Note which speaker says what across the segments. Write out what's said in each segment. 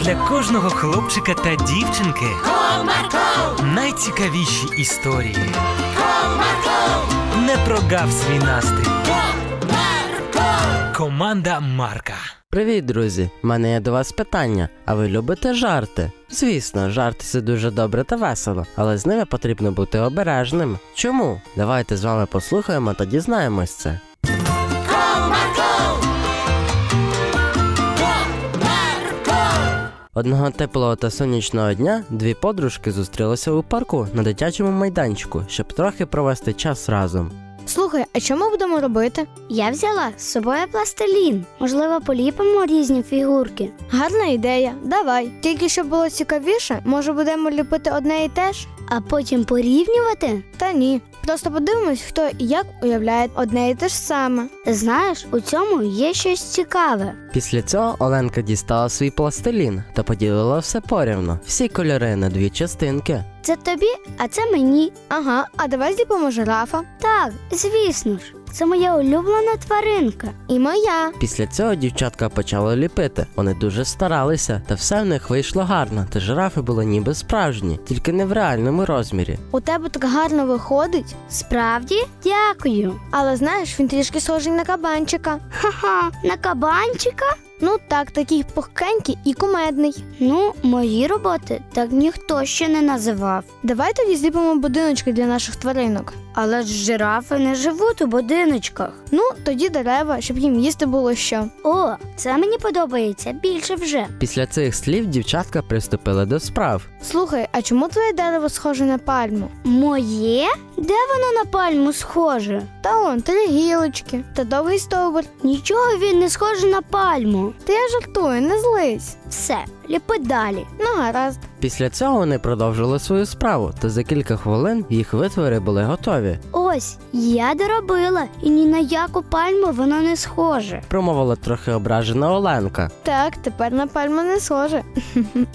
Speaker 1: для кожного хлопчика та дівчинки
Speaker 2: Comarco,
Speaker 1: найцікавіші історії.
Speaker 2: comarco,
Speaker 1: Не прогав свій настрій.
Speaker 2: comarco.
Speaker 1: Команда Марка.
Speaker 3: Привіт, друзі! В Мене є до вас питання. А ви любите жарти? Звісно, жарти це дуже добре та весело, але з ними потрібно бути обережним. Чому? Давайте з вами послухаємо та дізнаємось це. Одного теплого та сонячного дня дві подружки зустрілися у парку на дитячому майданчику, щоб трохи провести час разом.
Speaker 4: Слухай, а що ми будемо робити?
Speaker 5: Я взяла з собою пластилін. Можливо, поліпимо різні фігурки.
Speaker 4: Гарна ідея, давай. Тільки щоб було цікавіше, може будемо ліпити одне і те ж?
Speaker 5: А потім порівнювати.
Speaker 4: Та ні. Просто подивимось, хто і як уявляє одне і те ж саме.
Speaker 5: Знаєш, у цьому є щось цікаве.
Speaker 3: Після цього Оленка дістала свій пластилін та поділила все порівно, всі кольори на дві частинки.
Speaker 5: Це тобі, а це мені.
Speaker 4: Ага, а давай зліпимо жирафа.
Speaker 5: Так, звісно ж, це моя улюблена тваринка.
Speaker 4: І моя.
Speaker 3: Після цього дівчатка почала ліпити. Вони дуже старалися, та все в них вийшло гарно, та жирафи були ніби справжні, тільки не в реальному розмірі.
Speaker 4: У тебе так гарно виходить.
Speaker 5: Справді, дякую.
Speaker 4: Але знаєш, він трішки схожий на кабанчика.
Speaker 5: Ха-ха, на кабанчика?
Speaker 4: Ну так, такий пухкенький і кумедний.
Speaker 5: Ну, мої роботи так ніхто ще не називав.
Speaker 4: Давай тоді зліпимо будиночки для наших тваринок.
Speaker 5: Але ж жирафи не живуть у будиночках.
Speaker 4: Ну, тоді дерева, щоб їм їсти було що.
Speaker 5: О, це мені подобається більше вже.
Speaker 3: Після цих слів дівчатка приступила до справ.
Speaker 4: Слухай, а чому твоє дерево схоже на пальму?
Speaker 5: Моє? Де воно на пальму схоже?
Speaker 4: Та он три гілочки та довгий стовбур.
Speaker 5: Нічого він не схожий на пальму.
Speaker 4: Та я жартую, не злись.
Speaker 5: Все, ліпи далі.
Speaker 4: Ну гаразд.
Speaker 3: Після цього вони продовжили свою справу, та за кілька хвилин їх витвори були готові.
Speaker 5: Ось я доробила, і ні на яку пальму воно не схоже.
Speaker 3: Промовила трохи ображена Оленка.
Speaker 4: Так, тепер на пальму не схоже.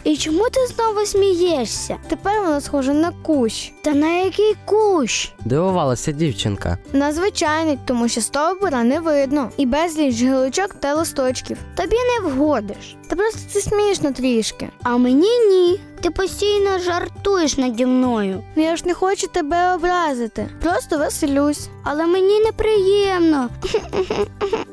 Speaker 5: І чому ти знову смієшся?
Speaker 4: Тепер воно схоже на кущ.
Speaker 5: Та на який кущ?
Speaker 3: Дивувалася дівчинка.
Speaker 4: На звичайний, тому що стовбура не видно, і безліч гілочок та листочків.
Speaker 5: Тобі не вгодиш.
Speaker 4: Та просто це смішно трішки.
Speaker 5: А мені ні. Ти постійно жартуєш наді мною.
Speaker 4: Ну я ж не хочу тебе образити. Просто веселюсь.
Speaker 5: Але мені неприємно.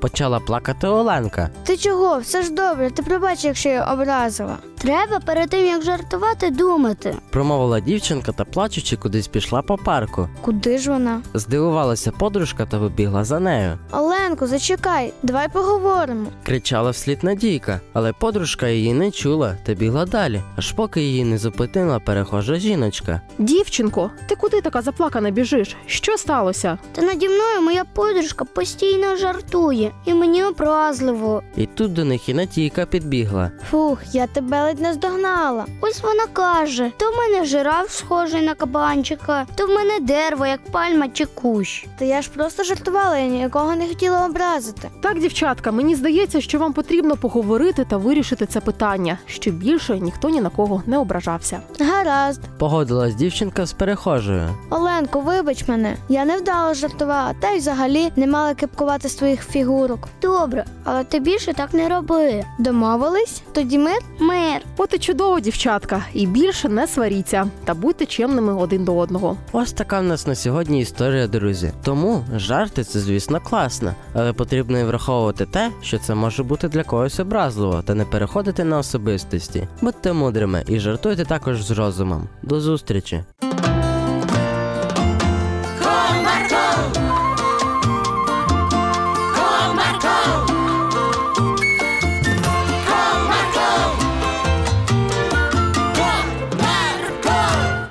Speaker 3: Почала плакати Оленка.
Speaker 4: Ти чого? Все ж добре, ти пробач, якщо я образила.
Speaker 5: Треба перед тим, як жартувати, думати.
Speaker 3: Промовила дівчинка та плачучи кудись пішла по парку.
Speaker 4: Куди ж вона?
Speaker 3: Здивувалася подружка та вибігла за нею.
Speaker 4: Оленко, зачекай, давай поговоримо.
Speaker 3: Кричала вслід Надійка, але подружка її не чула та бігла далі, аж поки її не зупинила перехожа жіночка.
Speaker 6: Дівчинко, ти куди така заплакана біжиш? Що сталося?
Speaker 5: Та наді мною моя подружка постійно жартує, і мені образливо.
Speaker 3: І тут до них і Надійка підбігла.
Speaker 4: Фух, я тебе ледь не здогнала.
Speaker 5: Ось вона каже: то в мене жираф схожий на кабанчика, то в мене дерево, як пальма чи кущ.
Speaker 4: Та я ж просто жартувала, я нікого не хотіла образити.
Speaker 6: Так, дівчатка, мені здається, що вам потрібно поговорити та вирішити це питання, щоб більше ніхто ні на кого не ображався.
Speaker 4: Гаразд.
Speaker 3: Погодилась дівчинка з перехожою.
Speaker 4: Оленко, вибач мене. Я невдало жартувала, та й взагалі не мала кепкувати своїх фігурок.
Speaker 5: Добре, але ти більше так не роби.
Speaker 4: Домовились? Тоді ми
Speaker 5: Мир,
Speaker 6: От і чудово, дівчатка, і більше не сваріться та будьте чемними один до одного.
Speaker 3: Ось така в нас на сьогодні історія, друзі. Тому жарти це, звісно, класно, але потрібно і враховувати те, що це може бути для когось образливо, та не переходити на особистості. Будьте мудрими і жартуйте також з розумом. До зустрічі!